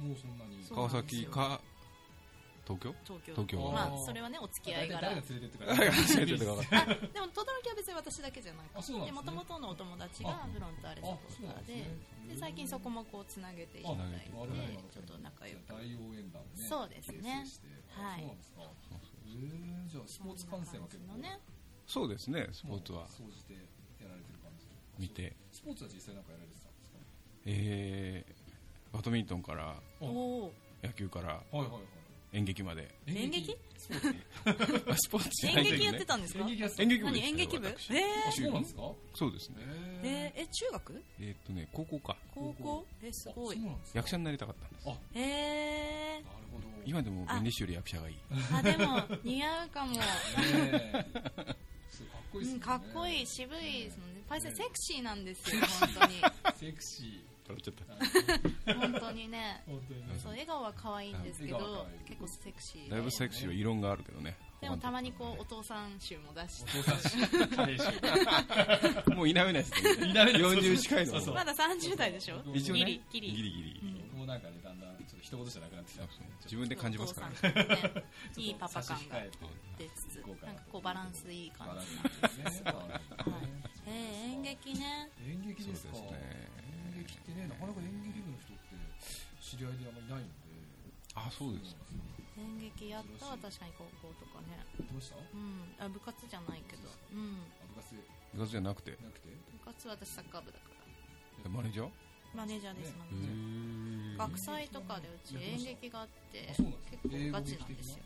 Speaker 1: もうそんなに
Speaker 2: そう
Speaker 3: 川崎か東京
Speaker 2: 東京
Speaker 3: 東京
Speaker 1: あー
Speaker 2: まあそれはねお付き合い
Speaker 1: 誰
Speaker 2: 柄
Speaker 1: が連れてってから
Speaker 3: 誰が初めてとか分かんない
Speaker 2: あでも轟は別に私だけじゃない
Speaker 1: あそうなんですね
Speaker 2: もともとのお友達がフロンターレサポー
Speaker 1: あ
Speaker 2: ターで
Speaker 1: そうなんですね
Speaker 2: で最近そこもこうつなげていただいて
Speaker 1: あなるほどなるほど
Speaker 2: ちょっと仲良く
Speaker 1: 大応援団をね
Speaker 2: そうですね
Speaker 1: 結成して
Speaker 2: はい
Speaker 1: そうなんですかへえじゃあスポーツ観戦は結構
Speaker 2: のね
Speaker 3: そうですねスポーツは
Speaker 1: 総じてやられてる感じ
Speaker 3: 見て
Speaker 1: スポーツは実際なんかやられてたんですか
Speaker 3: えー、バドミントンから
Speaker 1: あ
Speaker 2: おお
Speaker 3: 野球から
Speaker 1: はいはいはい
Speaker 3: 演劇まで、
Speaker 2: ー演劇
Speaker 1: スポーツ
Speaker 3: まあ、スポーツじゃな
Speaker 2: 演
Speaker 3: いけど
Speaker 2: 劇やっ
Speaker 3: ね
Speaker 2: てたんですか
Speaker 1: 演劇やってた
Speaker 3: 演劇部
Speaker 2: 何
Speaker 3: です
Speaker 2: 演劇部え
Speaker 1: あ
Speaker 3: 私
Speaker 2: ー
Speaker 1: そうなんですか
Speaker 3: そうですね
Speaker 1: へ
Speaker 2: えーえ中学
Speaker 3: えーっとね高校か
Speaker 2: 高校えす
Speaker 1: あ
Speaker 2: ごい
Speaker 1: そうなんですか
Speaker 3: 役者になりたかったんです
Speaker 1: あ
Speaker 2: えー
Speaker 1: なるほど
Speaker 3: 今でも弁理士より役者がいい
Speaker 2: あでも似合うかも
Speaker 1: ねえそうかっこいいです
Speaker 2: う
Speaker 1: よ
Speaker 2: ん
Speaker 1: ね
Speaker 2: かっこいい渋いですもんねパイセンセクシーなんですよ本当に
Speaker 1: セクシー
Speaker 3: 笑っちゃった。
Speaker 2: 本当 にね
Speaker 1: 本当にね
Speaker 2: そう笑顔は可愛いんですけど
Speaker 1: 笑顔は可愛い
Speaker 2: 結構セクシーで
Speaker 3: だいぶセクシーは異論があるけどね。
Speaker 2: でもたまにこうお父さん集も出し
Speaker 1: お
Speaker 2: て
Speaker 1: 父さんしカレーし
Speaker 3: う、もう否 めないですけどね。
Speaker 1: 否めない
Speaker 3: 40近いの。
Speaker 1: そうそう
Speaker 2: まだ30代でしょ
Speaker 1: 一応ね
Speaker 2: ギリギ
Speaker 3: ギリ
Speaker 2: リ
Speaker 3: ギリ。
Speaker 1: 僕もなんかねだんだんちょっと一言じゃなくなってきた
Speaker 3: 自分で感じますから
Speaker 2: お
Speaker 3: ね。
Speaker 2: 父さんねいいパパ感が
Speaker 1: 差し控えて
Speaker 2: 出つつ
Speaker 1: 豪華
Speaker 2: なんかこうバランスいい感
Speaker 1: 笑
Speaker 2: じ
Speaker 1: うんですね
Speaker 2: はいえー演劇ね
Speaker 1: 演劇
Speaker 3: そ
Speaker 1: で
Speaker 3: うですす
Speaker 1: か
Speaker 3: ね。
Speaker 1: 演劇ってねなかなか演劇部の人って知り合いであんまりいないんで
Speaker 3: あ、そうです。
Speaker 2: 演劇やったわ確かに高校とかね
Speaker 1: どうしたあ
Speaker 2: うんあ部活じゃないけどうん
Speaker 1: 部活
Speaker 3: 部活じゃなくて、
Speaker 1: なくて
Speaker 2: 部活は私サッカー部だから
Speaker 3: マネージャー
Speaker 2: マネージャーです
Speaker 1: ね
Speaker 2: マ
Speaker 3: う
Speaker 2: ネージャー
Speaker 3: ん
Speaker 2: 学祭とかでうち演劇があって
Speaker 1: あ
Speaker 2: 結
Speaker 1: そうなんですね
Speaker 2: 構ガチなんですよ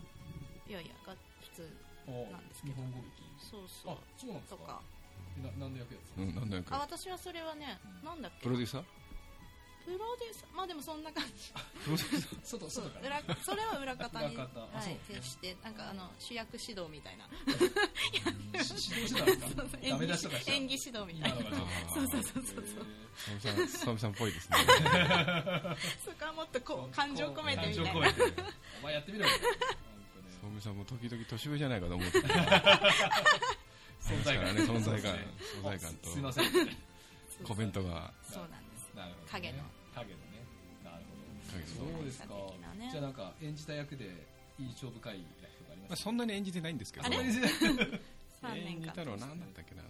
Speaker 2: いやいやが普通
Speaker 1: あ
Speaker 2: なんですけ
Speaker 1: 日
Speaker 2: ど
Speaker 1: 本語劇
Speaker 2: そうそ
Speaker 1: あ
Speaker 2: う
Speaker 1: そうなんです
Speaker 2: と
Speaker 1: か
Speaker 2: か
Speaker 1: えな何の役やってた
Speaker 3: うん
Speaker 1: ですか
Speaker 3: ん、なんだ
Speaker 2: あ
Speaker 3: か。
Speaker 2: 私はそれはねなんだっけ
Speaker 3: プロデューサー
Speaker 2: プロデューサーまあでもそんな感じ
Speaker 3: プロデューサー
Speaker 1: 外
Speaker 2: そう
Speaker 1: 外から
Speaker 2: 裏それは裏方に
Speaker 1: 裏方あ
Speaker 2: は
Speaker 1: そう
Speaker 2: い徹してなんかあの主役指導みたいな
Speaker 1: し指導してたんですかダメ出しとかして
Speaker 2: 演技指導みたいな
Speaker 3: そうそう
Speaker 1: そうそうそう
Speaker 3: サムさん、サムさんっぽいですね。
Speaker 2: そこはもっとこう感情込めてみた
Speaker 1: 感
Speaker 2: いな
Speaker 1: 情込めてお前やってみ ろよ
Speaker 3: サムさんも時々年上じゃないかと思ってた。
Speaker 1: 存在感
Speaker 3: ね、存 在感、存在感
Speaker 1: すいま
Speaker 3: と、
Speaker 1: せん
Speaker 2: そう
Speaker 3: コメントが、
Speaker 2: そうなんです
Speaker 1: なるほどね
Speaker 2: 影の
Speaker 1: 影のねなる
Speaker 3: 影の
Speaker 1: ほどそうですか
Speaker 2: 影のね
Speaker 1: じゃあなんか演じた役で印象深い役とかあり
Speaker 3: まあ
Speaker 1: ますか
Speaker 3: そんなに演じてないんですけど、
Speaker 1: あ
Speaker 3: 演
Speaker 1: れ
Speaker 2: 3年
Speaker 3: じ
Speaker 2: 間
Speaker 3: たのは何だったっけな。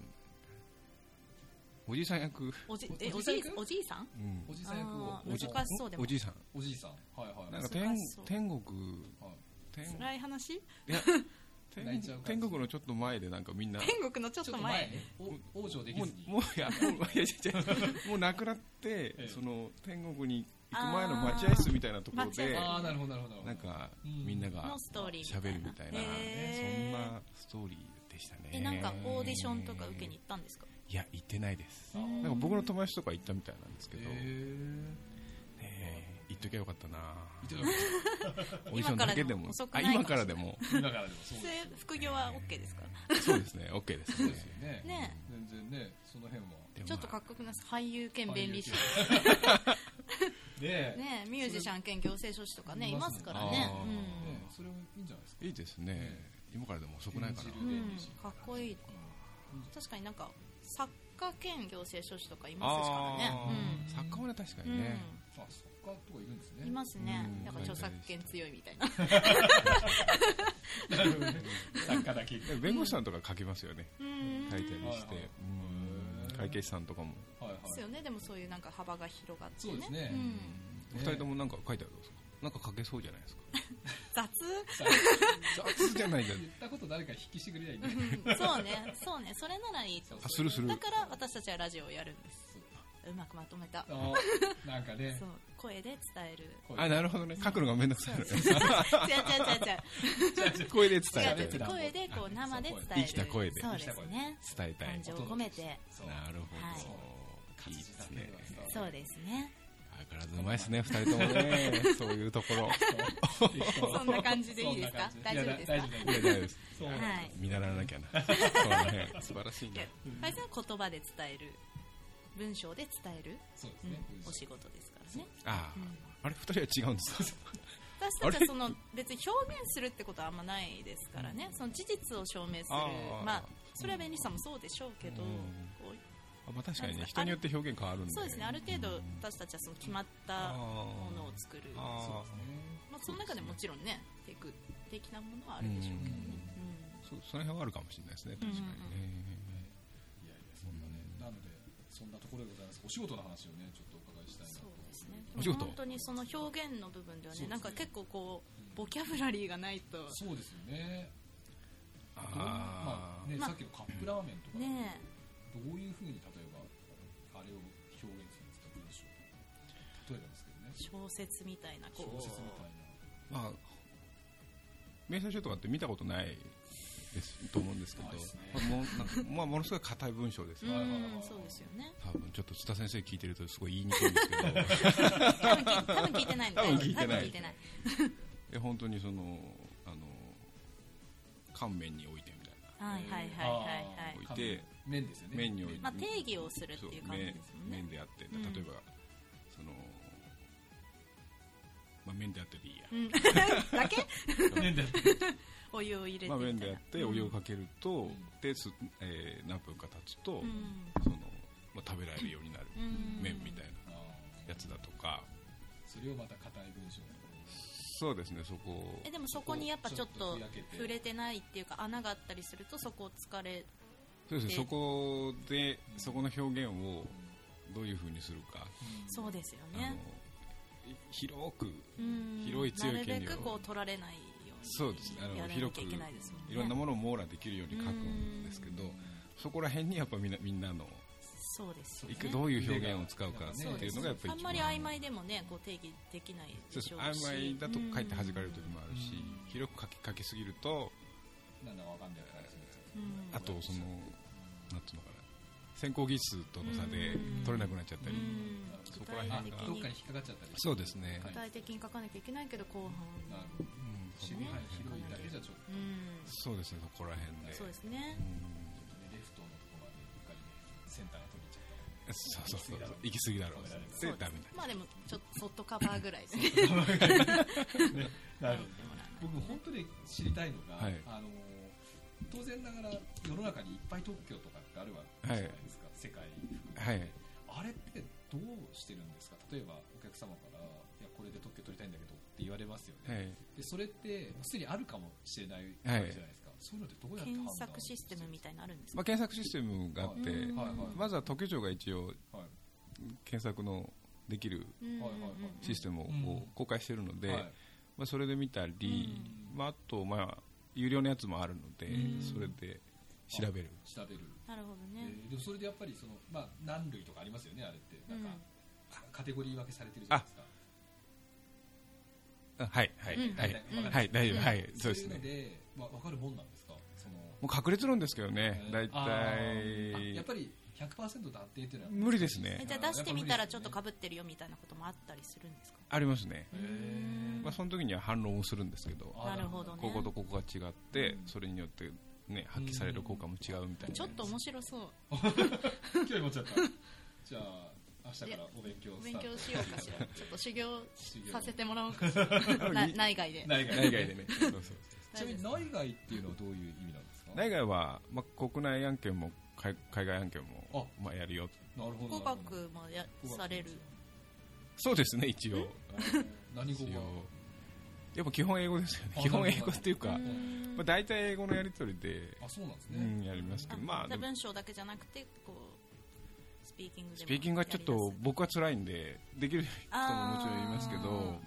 Speaker 3: おじいさん役、
Speaker 2: おじえ
Speaker 1: お
Speaker 2: お
Speaker 1: じ
Speaker 2: じ
Speaker 1: い
Speaker 2: い
Speaker 1: さん
Speaker 2: おじいさん
Speaker 3: うん
Speaker 1: おじさん役を
Speaker 2: あー難しそうでも
Speaker 3: おじいさん。
Speaker 1: おじいさんはいはい
Speaker 3: なんか天
Speaker 2: 難しそう
Speaker 3: 天国、
Speaker 1: はい
Speaker 3: 天
Speaker 2: 辛い話
Speaker 3: いや
Speaker 1: 泣いちゃう感じ
Speaker 3: 天天国のちょっと前でなんかみんな、
Speaker 2: 天国のちょっ
Speaker 1: ち
Speaker 2: と
Speaker 1: ょっと前
Speaker 2: 前
Speaker 1: ねお往生でき
Speaker 3: も
Speaker 1: ずに
Speaker 3: う、もういや、もういやいやいやもう亡くなって
Speaker 1: え、
Speaker 3: その天国に行く前の待合室みたいなところで、
Speaker 1: ああなるほどなるほど
Speaker 3: なんかみんなが
Speaker 2: のストーリーみたいな
Speaker 3: 喋るみたいな、
Speaker 2: へー
Speaker 3: ねそんなストーリーでしたね。
Speaker 2: えなんかオーディションとか受けに行ったんですか
Speaker 3: いや、行ってないです。
Speaker 1: あー
Speaker 3: なんか僕の友達とか行ったみたいなんですけ
Speaker 1: へ
Speaker 3: ど、
Speaker 1: え
Speaker 3: ね行っときゃよかったな。
Speaker 1: いただきます
Speaker 3: オーディションだけでも、
Speaker 2: 今からでも遅くな
Speaker 3: あ
Speaker 2: いかも
Speaker 3: 今からでも、
Speaker 1: 今からでもそうで
Speaker 2: そ
Speaker 1: す
Speaker 2: れ
Speaker 1: よ
Speaker 2: 副業は OK ですか
Speaker 3: そうですね、OK です
Speaker 1: そう
Speaker 3: ね
Speaker 1: ですよね
Speaker 2: ね
Speaker 1: 全然ねその辺は
Speaker 3: でも
Speaker 2: ちょっとかっこよくないですか俳優兼弁理士
Speaker 1: ねえね
Speaker 2: ねミュージシャン兼行政書士とかね
Speaker 1: い
Speaker 2: い
Speaker 1: ま
Speaker 2: ますす
Speaker 1: か
Speaker 2: からら
Speaker 3: ね
Speaker 2: ね
Speaker 3: あー
Speaker 2: うん
Speaker 1: それもいいんじゃないですか
Speaker 3: いいですね。今からでも遅くないかな。
Speaker 1: 演じる
Speaker 2: うんかっこいい確かになんか作家兼行政書士とかいますからね
Speaker 3: あ
Speaker 2: うん
Speaker 3: ー作家はね、確かにね。
Speaker 1: あそっかとかいるんです
Speaker 2: う
Speaker 1: ね
Speaker 2: んいますね
Speaker 3: うん
Speaker 2: なんか著作権強いみたいな
Speaker 1: なるほどね作家だけ
Speaker 3: でも弁護士さんとか書きますよね。
Speaker 2: うん
Speaker 3: 書いたりして
Speaker 1: はいはい
Speaker 3: うん
Speaker 1: へー
Speaker 3: 会計士さんとかも
Speaker 1: はいはい
Speaker 2: ですよねでもそういうなんか幅が広がって
Speaker 1: そうです
Speaker 2: ね
Speaker 1: ね
Speaker 2: うん
Speaker 3: お二人ともなんか書いてあるんですかなんか書けそうじゃないですか
Speaker 2: 雑
Speaker 1: さ
Speaker 3: 雑じゃないじゃん
Speaker 1: 言ったこと誰か筆記してくれりゃいいんだけど
Speaker 2: うんそうねそうねそれならいいと思
Speaker 3: あするす
Speaker 2: う
Speaker 3: る
Speaker 2: だから私たちはラジオをやるんですうまくまとめた
Speaker 1: あーなんかね
Speaker 2: そう声で伝 える
Speaker 1: こう
Speaker 3: あなるほどね書くのがめんどくさいのね
Speaker 2: 違う違う違う違う
Speaker 3: 声で伝
Speaker 2: 違
Speaker 3: え
Speaker 2: う
Speaker 3: て
Speaker 1: 違う違う
Speaker 3: 伝
Speaker 2: 声でこう生で伝え
Speaker 3: 生
Speaker 2: る
Speaker 3: きた声で
Speaker 2: そうですね
Speaker 3: えたい
Speaker 2: 感情を込めて
Speaker 1: そう
Speaker 3: なるほど、
Speaker 2: はい
Speaker 1: 活
Speaker 3: い、い
Speaker 1: 字
Speaker 3: です
Speaker 1: だけ
Speaker 3: ね
Speaker 1: では伝わ
Speaker 2: そうですね
Speaker 3: 相変わらずうまいですね二人ともねそういうところ
Speaker 1: らない
Speaker 2: そんな感じでいいですか
Speaker 1: そんな感じ
Speaker 2: 大丈夫ですか
Speaker 1: いや大
Speaker 3: いや
Speaker 1: 丈夫
Speaker 3: 大丈夫です
Speaker 1: そう
Speaker 2: はい
Speaker 3: 見習わな きゃなそうね素晴らしい
Speaker 2: いや
Speaker 3: ね
Speaker 2: パイセンは言葉で伝える文章で伝える、
Speaker 1: そうです
Speaker 2: うん
Speaker 1: ね
Speaker 2: お仕事ですからね
Speaker 3: あ
Speaker 2: う
Speaker 3: あ、
Speaker 2: ん
Speaker 3: あれ二人は違うんですか
Speaker 2: 私たちはその別に表現するってことはあんまないですからねその事実を証明する
Speaker 3: あー
Speaker 2: まあそれは便利さんもそうでしょうけど、
Speaker 3: うん
Speaker 2: こう
Speaker 3: あまあ確かに
Speaker 2: なん
Speaker 3: ね
Speaker 2: か
Speaker 3: 人によって表現変わるんで
Speaker 2: そうですねある程度
Speaker 3: うん
Speaker 2: 私たちはその決まったも
Speaker 3: あ
Speaker 2: のを
Speaker 3: ー
Speaker 2: 作る
Speaker 3: あー
Speaker 1: そうですね
Speaker 2: まあ、その中でもちろんねテク的なものはあるでしょうけどね、うん
Speaker 3: そうその辺はあるかもしれないですね確かにね、
Speaker 1: いやいやそんなねなのでそんなところでございますお仕事の話をねちょっとお伺いしたいな
Speaker 2: そ
Speaker 1: と
Speaker 2: うですね
Speaker 3: お
Speaker 2: で
Speaker 3: 仕
Speaker 2: も
Speaker 3: 事
Speaker 2: 本当にその表現の部分ではね
Speaker 1: そうですね
Speaker 2: なんか結構こうボキャブラリーがないと
Speaker 1: そうですよねどうま
Speaker 3: あ
Speaker 1: あ
Speaker 3: ー
Speaker 1: ね
Speaker 2: まあ
Speaker 1: さっきのカップラーメンとか
Speaker 2: ねえ
Speaker 1: どういうふうに例えばあれを表現するんですか文章例えばですけどね
Speaker 2: 小説みたいなこ
Speaker 1: 小
Speaker 2: う
Speaker 1: 説みたい
Speaker 3: まあ、明細書とかって見たことないですと思うんですけど、
Speaker 1: ないですね
Speaker 3: まあもうなんかまあ、ものすごい硬い文章ですよ、
Speaker 1: はいはいはいは
Speaker 2: う
Speaker 1: い
Speaker 2: んそうですよね
Speaker 3: 多分ちょっと津田先生聞いてるとすごい言いにくいんです けど
Speaker 2: 多分聞い多分聞いてないの
Speaker 3: 多分聞いてない
Speaker 2: 多分聞いてない
Speaker 3: え本当にそのあの乾麺に置いてみたいな
Speaker 2: はいはいはいはいはい
Speaker 3: 置い
Speaker 1: な
Speaker 3: て
Speaker 1: 麺ですよね
Speaker 3: 麺に置いて
Speaker 2: まあ定義をするっていう感じですもんね
Speaker 3: 麺麺であって例
Speaker 2: うん
Speaker 3: えば、まあ、麺であってでいいや、
Speaker 2: うん だけ
Speaker 1: 麺でやって
Speaker 2: お湯を入れて
Speaker 3: まあ、
Speaker 2: み
Speaker 3: 麺
Speaker 2: た
Speaker 3: で
Speaker 2: い
Speaker 3: や
Speaker 2: な
Speaker 3: ってお湯をかけると、ですえー何分か経つと、
Speaker 2: うん
Speaker 3: そのまあ、食べられるようになる
Speaker 2: うん
Speaker 3: 麺みたいな
Speaker 1: あー
Speaker 3: やつだとか、
Speaker 1: それをまた硬い文章のところに
Speaker 3: そうですねそこを
Speaker 2: えでもそこにやっぱちょっと
Speaker 1: ちょっとふやけて
Speaker 2: 触れてないっていうか穴があったりするとそこを疲れ
Speaker 3: そうですね
Speaker 2: で
Speaker 3: そこでそこの表現をどういうふうにするか、
Speaker 2: そうですよ
Speaker 3: あの
Speaker 2: ね
Speaker 3: い広く
Speaker 2: うん
Speaker 3: 広い強い
Speaker 2: な
Speaker 3: 権
Speaker 2: る
Speaker 3: 利を
Speaker 2: べくこう取られないように
Speaker 3: そうですねあの
Speaker 2: やらなきゃ
Speaker 3: 広く
Speaker 2: いけないですもんね
Speaker 3: いろんなものを網羅できるように書くんですけどそこら辺にやっぱみんなみんなの
Speaker 2: そうですよ
Speaker 3: い
Speaker 2: ね
Speaker 3: くどういう表現を使うか
Speaker 1: そうです
Speaker 3: っていうのがやっぱり
Speaker 2: あん
Speaker 3: 一
Speaker 2: ま
Speaker 3: 番
Speaker 2: り曖昧でもねこう定義できない
Speaker 3: そう
Speaker 2: で
Speaker 3: です
Speaker 2: しょうし
Speaker 3: 曖昧だと書いて弾かれる時もあるし
Speaker 1: うん
Speaker 3: 広く書き書きすぎると
Speaker 1: なんだかわかんない感じです
Speaker 2: うんうん
Speaker 3: あとそのなんていうのかな先行技術との差で
Speaker 2: うん
Speaker 3: 取れなくなっちゃったり
Speaker 2: うん
Speaker 3: そこら辺
Speaker 1: よ
Speaker 3: が
Speaker 1: あどっかに引っかかっちゃったり
Speaker 3: そうですね
Speaker 1: は
Speaker 2: 具
Speaker 1: い
Speaker 2: 体的に書かなきゃいけないけど
Speaker 1: な
Speaker 2: 後
Speaker 1: る
Speaker 2: 半
Speaker 1: ほど
Speaker 3: うんそ
Speaker 1: 守備
Speaker 3: こ
Speaker 1: 範
Speaker 3: ら
Speaker 1: 囲広いだけじゃちょっと
Speaker 2: うん
Speaker 3: そうですねそこら辺で
Speaker 2: そうですね
Speaker 3: うん
Speaker 1: ねレフトのとこまでうっかりねセンターが取れちゃう
Speaker 3: そうそうそう行き過ぎだろうでダメだ
Speaker 2: まあでもちょっとそっとカバーぐらいですね
Speaker 1: な
Speaker 2: 入ってもらわない
Speaker 1: 僕本当に知りたいのが、
Speaker 3: はい
Speaker 1: あの当然ながら世の中にいっぱい特許とかってあるわけじゃないですか、世界含めてあれってどうしてるんですか例えばお客様からいやこれで特許取りたいんだけどって言われますよ
Speaker 3: は
Speaker 1: ね、
Speaker 3: い
Speaker 1: でそれってもうすでにあるかもしれないわけじゃな
Speaker 3: は
Speaker 1: いいですか、そういうのってどうやって判
Speaker 2: 検
Speaker 1: 断
Speaker 2: 索システムみたいなのあるんです
Speaker 3: ま
Speaker 2: か
Speaker 3: あ検索システムがあって
Speaker 1: はいはい
Speaker 3: まずは特許庁が一応
Speaker 1: はい
Speaker 3: 検索のできる
Speaker 2: うんうんうん
Speaker 1: はいはいはい
Speaker 3: システム
Speaker 1: う
Speaker 3: を
Speaker 1: ん
Speaker 3: 公開しているので、
Speaker 1: はい
Speaker 3: まあ、それで見たり、
Speaker 1: うん
Speaker 3: まあ、あと、まあ、有料のやつもあるので、
Speaker 1: うん
Speaker 3: それで調べる
Speaker 1: 調べる、
Speaker 2: なるほどね
Speaker 1: えーでもそれでやっぱりその、まあ、何類とかありますよねあれってなんか、
Speaker 2: うん
Speaker 1: カカテゴリー分けされてるじゃないですか
Speaker 3: あはいはい、
Speaker 2: うん
Speaker 3: はい、
Speaker 1: うん
Speaker 3: はい大丈夫、
Speaker 2: うん
Speaker 3: はいそうです
Speaker 1: い
Speaker 3: ね
Speaker 1: ので、まあ、分かるもんなんですかその
Speaker 3: もう確率論ですけどね、
Speaker 1: えー
Speaker 3: 大
Speaker 1: あーあ
Speaker 3: 体
Speaker 1: やっぱり100%断定っていうのは
Speaker 3: 無理ですね
Speaker 2: えじゃあ出してみたらちょっとかぶってるよみたいなこともあったりするんですか
Speaker 3: ありますね、
Speaker 1: へー
Speaker 3: まあ、その時には反論をするんですけど
Speaker 1: あ
Speaker 2: なるほどね
Speaker 3: こことここが違って、それによって、ね、発揮される効果も違うみたい な、
Speaker 2: ちょっと面白そう
Speaker 1: 興味持っちゃった じゃあ明日からお勉強ス
Speaker 2: 勉
Speaker 1: タート
Speaker 2: 強しようかしらちょっと修行
Speaker 1: 修行
Speaker 2: させてもらおうかし らな内外で
Speaker 1: 内外
Speaker 3: 内外でねそうそう そう
Speaker 1: ちなみに内外っていうのはどういう意味なんですか
Speaker 3: 内外は、まあ、国内案件も海海外案件もまあ、やるよ
Speaker 1: なるほど
Speaker 2: 語
Speaker 1: なるほど
Speaker 2: 学もやされる
Speaker 3: そうですね一応
Speaker 1: 何語
Speaker 3: 一
Speaker 1: が
Speaker 3: 応やっぱ基本英語ですよね
Speaker 1: あ
Speaker 3: 基本英語っていうか
Speaker 1: なる
Speaker 2: う
Speaker 1: ほど
Speaker 2: ん
Speaker 3: まあ、大体英語のやり取りで、
Speaker 1: あそうなんです
Speaker 3: う
Speaker 1: ね
Speaker 3: ん、やりますけ
Speaker 2: あ
Speaker 3: どまあ
Speaker 2: じゃ
Speaker 3: で
Speaker 2: あ
Speaker 3: も
Speaker 2: 文章だけじゃなくてこうスピーキングでも
Speaker 3: スピーキングはちょ
Speaker 2: や
Speaker 3: っ
Speaker 2: り
Speaker 3: と
Speaker 2: やすい
Speaker 3: 僕は辛いんでできる人ももちろんいますけど
Speaker 2: あー
Speaker 3: ま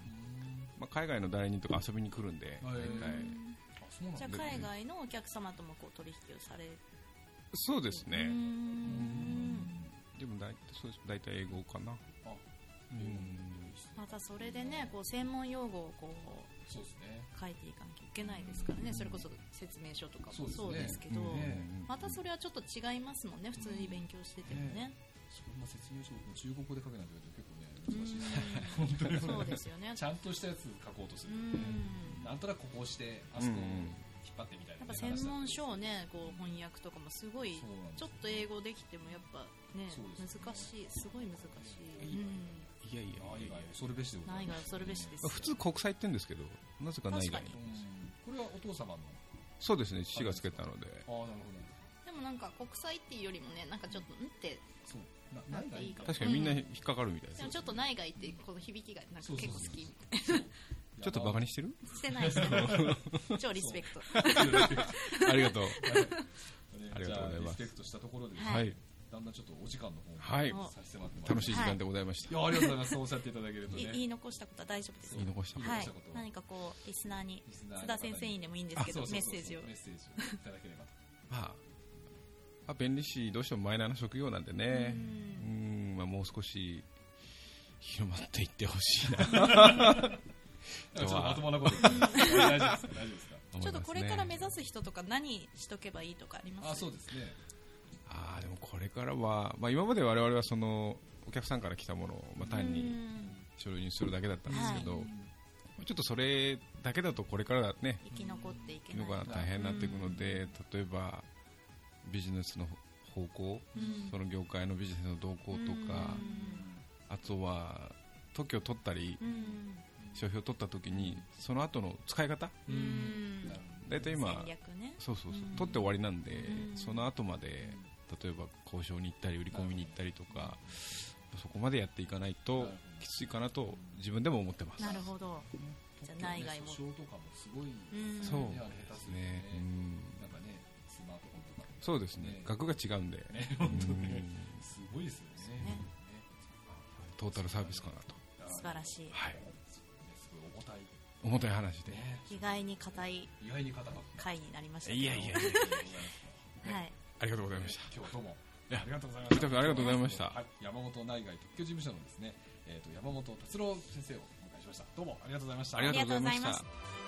Speaker 3: あ、海外の誰にとか遊びに来るんで大体
Speaker 1: あそうなん
Speaker 2: じ
Speaker 1: だ
Speaker 2: ゃあ海外のお客様ともこう取引をされる
Speaker 3: そうです
Speaker 2: うー
Speaker 3: ね
Speaker 2: ん
Speaker 3: でも大体そうです大体英語かな
Speaker 1: あ
Speaker 3: うん
Speaker 2: またそれでねこう専門用語をこう
Speaker 1: そうですね
Speaker 2: 書いていかなきゃいけないですからねそれこそ説明書とかもそうですけ
Speaker 1: そ
Speaker 2: ど
Speaker 1: うですね
Speaker 3: うん
Speaker 2: またそれはちょっと違いますもんね普通に勉強しててもね
Speaker 1: そんな説明書を中国語で書けないと結構ね
Speaker 2: う
Speaker 1: 難しいですね
Speaker 2: ーんそうですよ ね
Speaker 1: ちゃんとしたやつ書こうとす
Speaker 2: う
Speaker 1: る
Speaker 2: ー
Speaker 1: と
Speaker 2: ん
Speaker 1: ねなんとなくここをしてあそこを
Speaker 3: うんうん
Speaker 1: 引っ張ってみたいな
Speaker 2: や
Speaker 1: ね
Speaker 2: っぱ
Speaker 1: 話だったり
Speaker 2: 専門書をねこう翻訳とかもすごい
Speaker 1: そうなんです
Speaker 2: ちょっと英語できてもやっぱね
Speaker 1: そうですね
Speaker 2: 難しいすごい難しい、う
Speaker 3: いやいや
Speaker 1: あ以
Speaker 3: いやいや
Speaker 1: 外恐るべしでご
Speaker 2: ん、
Speaker 1: ざ
Speaker 2: 内
Speaker 1: い
Speaker 2: 外
Speaker 1: ます
Speaker 2: 恐るべしですよ
Speaker 3: まあ普通国際って言うんですけどなぜか内
Speaker 2: 確
Speaker 3: 外
Speaker 2: かに
Speaker 1: うんこれはお父様の
Speaker 3: そうですね父がつけたので
Speaker 1: ああなるほど
Speaker 2: でもなんか国際っていうよりもねなんかちょっとんって
Speaker 1: そうな内外いいかも
Speaker 3: 確かにみんな引っかかるみたいです、
Speaker 2: でもちょっと内外ってこの響きがなんか結構好き
Speaker 3: ちょっとバカにしてる
Speaker 2: してないしてな い超リスペクト
Speaker 3: ありがとう
Speaker 1: ね
Speaker 3: ありがとうございます
Speaker 1: じゃあリスペクトしたところでですね
Speaker 3: はい、
Speaker 1: だんだんちょっとお時間の方も
Speaker 3: はい、
Speaker 1: 差し迫ってまいりま
Speaker 3: 楽
Speaker 1: し
Speaker 3: しい時間でございました、
Speaker 1: たいやありがとうございますそうおっしゃっていただけると
Speaker 2: い
Speaker 1: ね
Speaker 2: 言い残したことは大丈夫です
Speaker 3: 言い残したこと
Speaker 2: は
Speaker 1: 言い残し
Speaker 2: い
Speaker 1: たこと、
Speaker 2: 何かこうリスナーに
Speaker 1: リスナーの方
Speaker 2: 須
Speaker 1: に
Speaker 2: 田先生にでもいいんですけど
Speaker 1: あそう
Speaker 2: メ
Speaker 1: そう
Speaker 2: ッ
Speaker 1: そう
Speaker 2: セージを
Speaker 1: メッセージをいただければと
Speaker 3: まあ、まあ、弁理士どうしてもマイナーな職業なんでねうんまあ、もう少し広まっていってほしいなと
Speaker 1: ちょっとまともな こと言ってます大丈夫ですか大丈夫ですか
Speaker 3: 思いますね
Speaker 2: ちょっとこれから目指す人とか何しとけばいいとかあります
Speaker 1: あそうですね
Speaker 3: ああでもこれからは、まあ、今まで我々はそのお客さんから来たものを、まあ、単
Speaker 2: う
Speaker 3: に
Speaker 2: ん
Speaker 3: 書類にするだけだったんですけど、
Speaker 2: は
Speaker 3: ちょっとそれだけだとこれからだね
Speaker 2: 生き残っていけな
Speaker 3: の
Speaker 2: い
Speaker 3: が大変になっていくので、例えばビジネスの方向、
Speaker 2: うん
Speaker 3: その業界のビジネスの動向とか、あとは特許を取ったり
Speaker 2: うん
Speaker 3: 商標を取った時にその後の使い方
Speaker 1: う
Speaker 2: うんん
Speaker 1: なるほ
Speaker 3: 大体今
Speaker 2: 戦略ね
Speaker 3: そうそうそう
Speaker 4: うん
Speaker 3: 取って終わりなんで
Speaker 4: うん
Speaker 3: その後まで例えば交渉に行ったり売り込みに行ったりとかそこまでやっていかないときついかなと自分でも思ってます
Speaker 4: なるほど
Speaker 1: どね
Speaker 2: じゃあ内外も
Speaker 1: 特にね訴訟とかもすごい
Speaker 2: うん
Speaker 3: そう
Speaker 1: ねあれ下手
Speaker 3: です
Speaker 1: するとね
Speaker 3: ねうん
Speaker 1: なんかねスマートフォンとか
Speaker 3: そうですね
Speaker 1: ね
Speaker 3: 額が違うんで
Speaker 1: ね本当
Speaker 3: う
Speaker 1: ね
Speaker 3: ん
Speaker 1: すごいですよね
Speaker 2: ね
Speaker 3: トータルサービスかなと
Speaker 2: 素晴らしい
Speaker 3: はい
Speaker 1: そうねすごい重たい
Speaker 3: 重たい話で
Speaker 1: ね
Speaker 2: 意外に硬い
Speaker 1: 意外に硬かった
Speaker 2: 回になりましたけど
Speaker 3: いやいや
Speaker 1: ありがとう ございます
Speaker 2: はい
Speaker 3: ありがとうございました
Speaker 1: 今日どうも
Speaker 3: いや
Speaker 1: ありがとうございま
Speaker 3: こ
Speaker 1: し
Speaker 3: ち
Speaker 1: た
Speaker 3: らこそありがとうございました
Speaker 1: はい、山本内外特許事務所のですね、えー、と山本達郎先生をお迎えしましたどうもありがとうございました
Speaker 3: ありがとうございまし
Speaker 2: ありがとうございま
Speaker 3: た
Speaker 2: す